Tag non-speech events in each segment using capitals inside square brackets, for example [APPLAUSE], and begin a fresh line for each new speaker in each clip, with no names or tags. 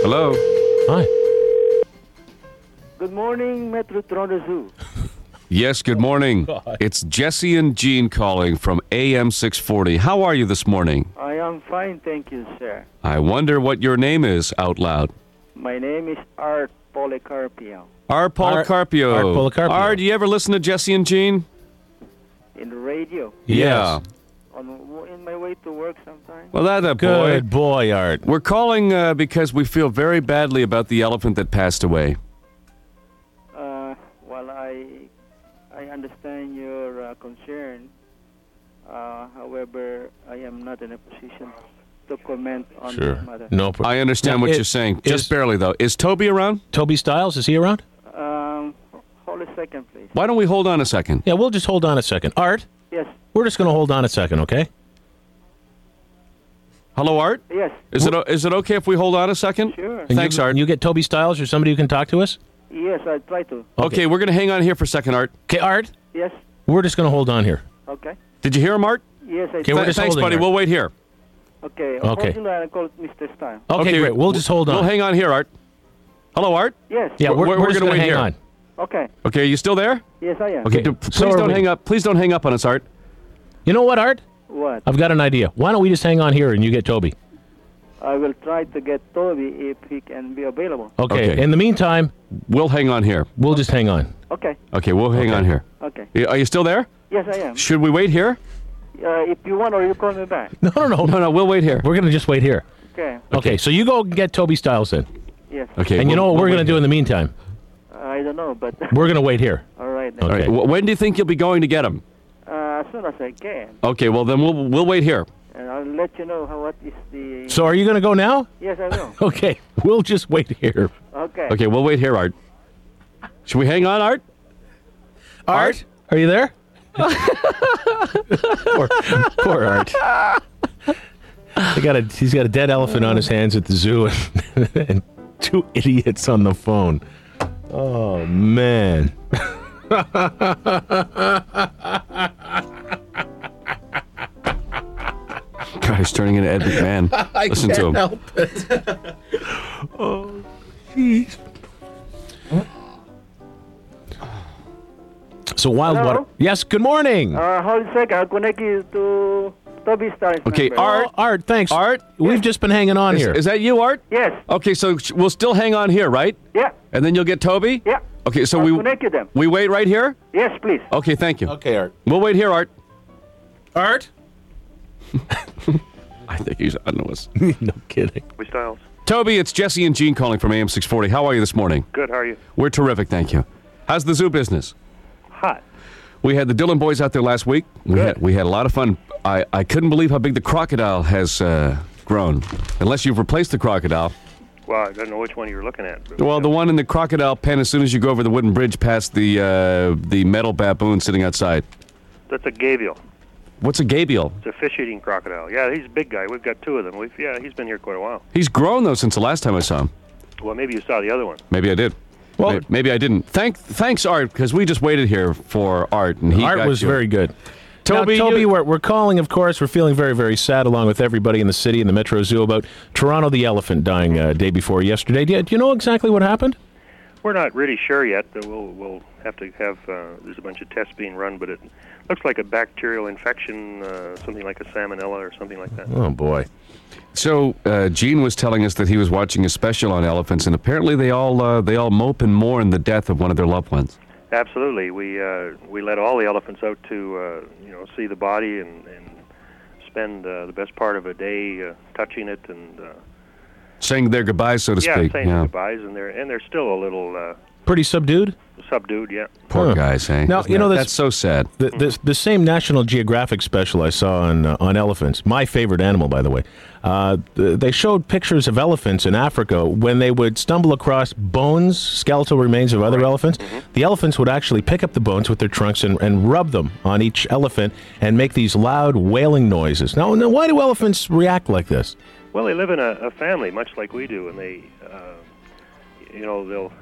Hello.
Hi.
Good morning, Metro Toronto Zoo.
Yes, good
[LAUGHS]
morning. it's Jesse and Jean calling from AM 640. How are you this morning?
I am fine, thank you, sir.
I wonder what your name is out loud.
My name is Art Policarpio.
R. Paul
Art-
Carpio.
Art Policarpio.
R, do you ever listen to Jesse and Jean?
In the radio,
Yeah.
on in my way to work sometimes.
Well, that a boy.
Good boy, Art.
We're calling uh, because we feel very badly about the elephant that passed away.
Uh, while I, I understand your uh, concern. Uh, however, I am not in a position to comment on
Sure.
this matter.
No problem.
I understand
Now,
what
it-
you're saying. Just
is-
barely, though. Is Toby around?
Toby Styles, is he around?
Um, hold a second, please.
Why don't we hold on a second?
Yeah, we'll just hold on a second. Art,
Yes,
we're just going to hold on a second, okay?
Hello, Art?
yes,
Is it, o- is it okay if we hold on a second?
Sure. And
And
Thanks,
you,
Art.
and you get Toby Styles or somebody who can talk to us?
yes. I try to.
okay, we're going to hang on here for a second, Art.
Okay, Art,
Yes.
we're just going to hold on here.
Okay.
Did you hear him, Art?
Yes, I.
Okay, we're
Th-
just
thanks,
holding
buddy.
her.
We'll wait here.
okay.
Okay.
Unfortunately, I called Mr. Stein.
Okay, great. We'll just hold on.
We'll hang on here, Art. Hello, Art.
Yes.
yeah, we're,
we're-
we're
we're
just
gonna
going to
wait
hang
here.
on.
Okay.
Okay, are you still there?
Yes, I am.
Okay,
Okay,
do-
so
please
are
don't
we.
hang up. Please don't hang up on us, Art.
You know what, Art?
What?
Uh,
I've got an idea. Why don't we just hang on here and you get Toby?
I will try to get Toby if he can be available.
Okay.
Okay.
In the meantime,
We'll hang on here.
we'll just hang on. [LAUGHS]
Okay.
Okay, we'll hang on here.
Okay.
Y- Are you still there?
Yes, I am.
Should we wait here?
Uh, if you want, or you call me back.
No, no, no.
No, no, we'll wait here.
We're going to just wait here.
Okay.
Okay, so you go get Toby Styles in.
Yes.
Okay.
And
we'll-
you know what
we'll
we're
wait
going to do in the meantime?
I don't know, but [LAUGHS]
We're going to wait here.
all right. Then.
here. All right. wh- When do you think you'll be going to get him?
Uh, as soon as I can,
Okay, well then we'll we'll wait here.
and I'll let you know how what is the.
So are you going to go now?
yes, I
[LAUGHS]
will.
Okay, we'll just wait here.
Okay.
Okay, we'll wait here, Art. Should we hang on,
[LAUGHS]
Art? Art?
Are
[LAUGHS]
you there? poor, poor Art. They got a, he's got a dead elephant on his hands at the zoo and, [LAUGHS] and two idiots on the phone. Oh, man.
God, he's turning into Ed [LAUGHS] McMahon. Listen to him.
[LAUGHS] Oh, So Wild
Hello?
Water. Yes, good morning.
Uh, hold a second. I'll connect you to Toby Stein's
Okay,
number.
Art.
Oh, Art, thanks.
Art?
We've just been hanging on
Is,
here.
is that you, Art?
Yes.
Okay, so sh- we'll still hang on here, right?
Yeah.
And then you'll get Toby.
Yeah.
Okay, so
I'll
we
connect you then.
we wait right here.
Yes, please.
Okay, thank you.
okay, Art.
We'll wait here, Art.
Art?
[LAUGHS] I think he's on to us.
[LAUGHS] no kidding.
Toby Styles.
Toby, it's Jesse and Gene calling from AM 640. How are you this morning?
Good. How are you?
We're terrific, thank you. How's the zoo business?
Hot.
We had the Dylan boys out there last week. We had we had a lot of fun. I, I couldn't believe how big the crocodile has uh, grown. Unless you've replaced the crocodile.
Well, I don't know which one you're looking at. but-
Well, the one in the crocodile pen as soon as you go over the wooden bridge past the uh, the metal baboon sitting outside.
that's a gavial.
What's a gabial?
It's a fish-eating crocodile. Yeah, he's a big guy. We've got two of them. We've yeah, he's been here quite a while.
He's grown though since the last time I saw him.
Well, maybe you saw the other one.
Maybe I did.
Well-
May- maybe I didn't. Thank, thanks, Art, because we just waited here for Art, and he
Art
got
was
you.
very good.
Toby,
now, Toby
you-
we're, we're calling, of course. We're feeling very, very sad, along with everybody in the city and the Metro Zoo, about Toronto the elephant dying uh, day before yesterday. Do you, do you know exactly what happened?
We're not really sure yet. though We'll we'll have to have uh, there's a bunch of tests being run, but it looks like a bacterial infection, uh, something like a salmonella or something like that.
Oh, boy.
So uh, Gene was telling us that he was watching a special on elephants, and apparently they all uh, they all mope and mourn the death of one of their loved ones.
Absolutely. We uh, we let all the elephants out to uh, you know see the body and and spend uh, the best part of a day uh, touching it and. Uh,
Saying their goodbyes, so to
Yeah,
speak.
saying goodbyes, and they're and they're still a little uh,
Pretty subdued?
subdued. Yeah,
Poor
Huh.
guys, eh?
Now,
Isn't
you know,
that-
that's-
that's so sad.
The, the, the same National Geographic special I saw on, uh, on elephants, my favorite animal, by the way, uh, th- they showed pictures of elephants in Africa when they would stumble across bones, skeletal remains of other elephants. The elephants would actually pick up the bones with their trunks and, and rub them on each elephant and make these loud wailing noises. Now, now why do elephants react like this?
well, they live in a, a family much like we do, and they, uh, you know, they'll.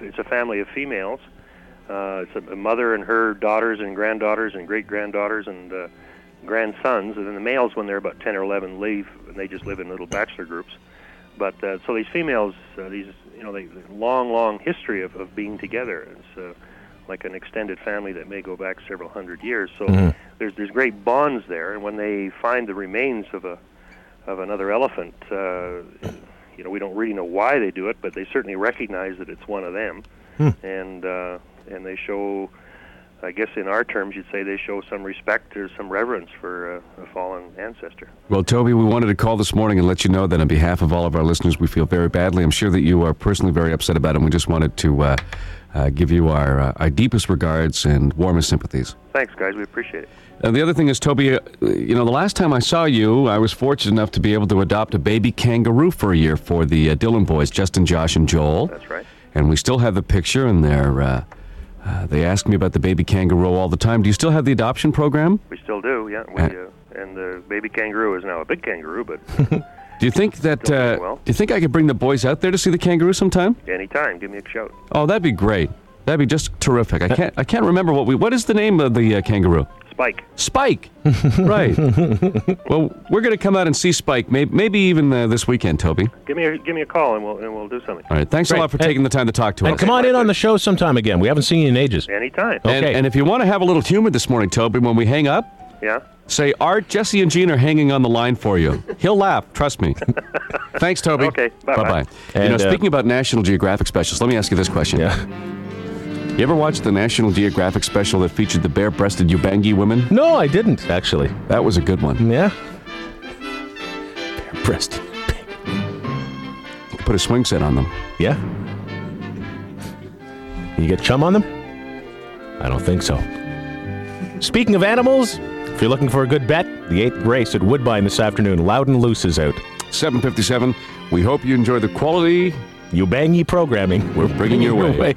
It's a family of females. Uh, it's a, a mother and her daughters and granddaughters and great granddaughters and uh, grandsons, and then the males, when they're about ten or eleven, leave, and they just live in little bachelor groups. But uh, so these females, uh, these you know, they they- long, long history of, of being together. It's uh, like an extended family that may go back several hundred years. So there's there's great bonds there, and when they find the remains of a of another elephant, uh, you know, we don't really know why they do it, but they certainly recognize that it's one of them, and uh, and they show. I guess in our terms, you'd say they show some respect or some reverence for uh, a fallen ancestor.
Well, Toby, we wanted to call this morning and let you know that on behalf of all of our listeners, we feel very badly. I'm sure that you are personally very upset about it, and we just wanted to uh, uh, give you our, uh, our deepest regards and warmest sympathies.
Thanks, guys. We appreciate it.
And the other thing is, Toby, uh, you know, the last time I saw you, I was fortunate enough to be able to adopt a baby kangaroo for a year for the uh, Dylan boys, Justin, Josh, and Joel.
That's right.
And we still have the picture, and they're, uh, uh, they ask me about the baby kangaroo all the time. Do you still have the adoption program?
We still do, yeah. We,
Uh,
uh, and the baby kangaroo is now a big kangaroo, but
Do you think that,
Still
uh,
doing well.
do you think I could bring the boys out there to see the kangaroo sometime?
anytime, give me a shout.
Oh, that'd be great. That'd be just terrific. I can't. I can't remember what we. What is the name of the uh, kangaroo?
Spike.
Spike. right. well, we're gonna come out and see Spike. Maybe, maybe even uh, this weekend, Toby.
Give me a give me a call and we'll and we'll do something.
All right. Thanks a
Great.
lot for
Hey.
taking the time to talk to
And
us.
come on in on the show sometime again. We haven't seen you in ages.
Anytime.
And,
Okay.
and if you want to have a little humor this morning, Toby, when we hang up,
Yeah.
say Art, Jesse, and Gene are hanging on the line for you. He'll laugh. Trust me. [LAUGHS] Thanks, Toby.
Okay, bye-bye.
Bye bye. You know,
And, uh,
speaking about National Geographic specials, let me ask you this question.
Yeah.
You ever watched the National Geographic special that featured the bare-breasted Ubangi women?
No, I didn't actually.
That was a good one.
Yeah. Breast.
Put a swing set on them.
Yeah. You get chum on them? I don't think so. Speaking of animals, if you're looking for a good bet, the eighth race at Woodbine this afternoon, Loudon Loose is out.
757. We hope you enjoy the quality.
Ubangi [LAUGHS] programming. We're
bringing your way.
way.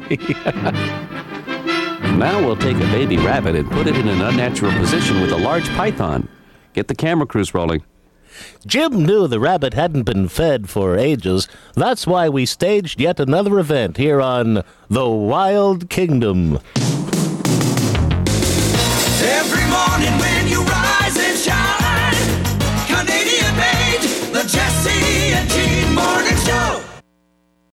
Now we'll take a baby rabbit and put it in an unnatural position with a large python. Get the camera crews rolling.
Jim knew the rabbit hadn't been fed for ages. That's why we staged yet another event here on The Wild Kingdom.
Every morning when you rise and shine, Canadian made, the Jesse and Gene Morning Show.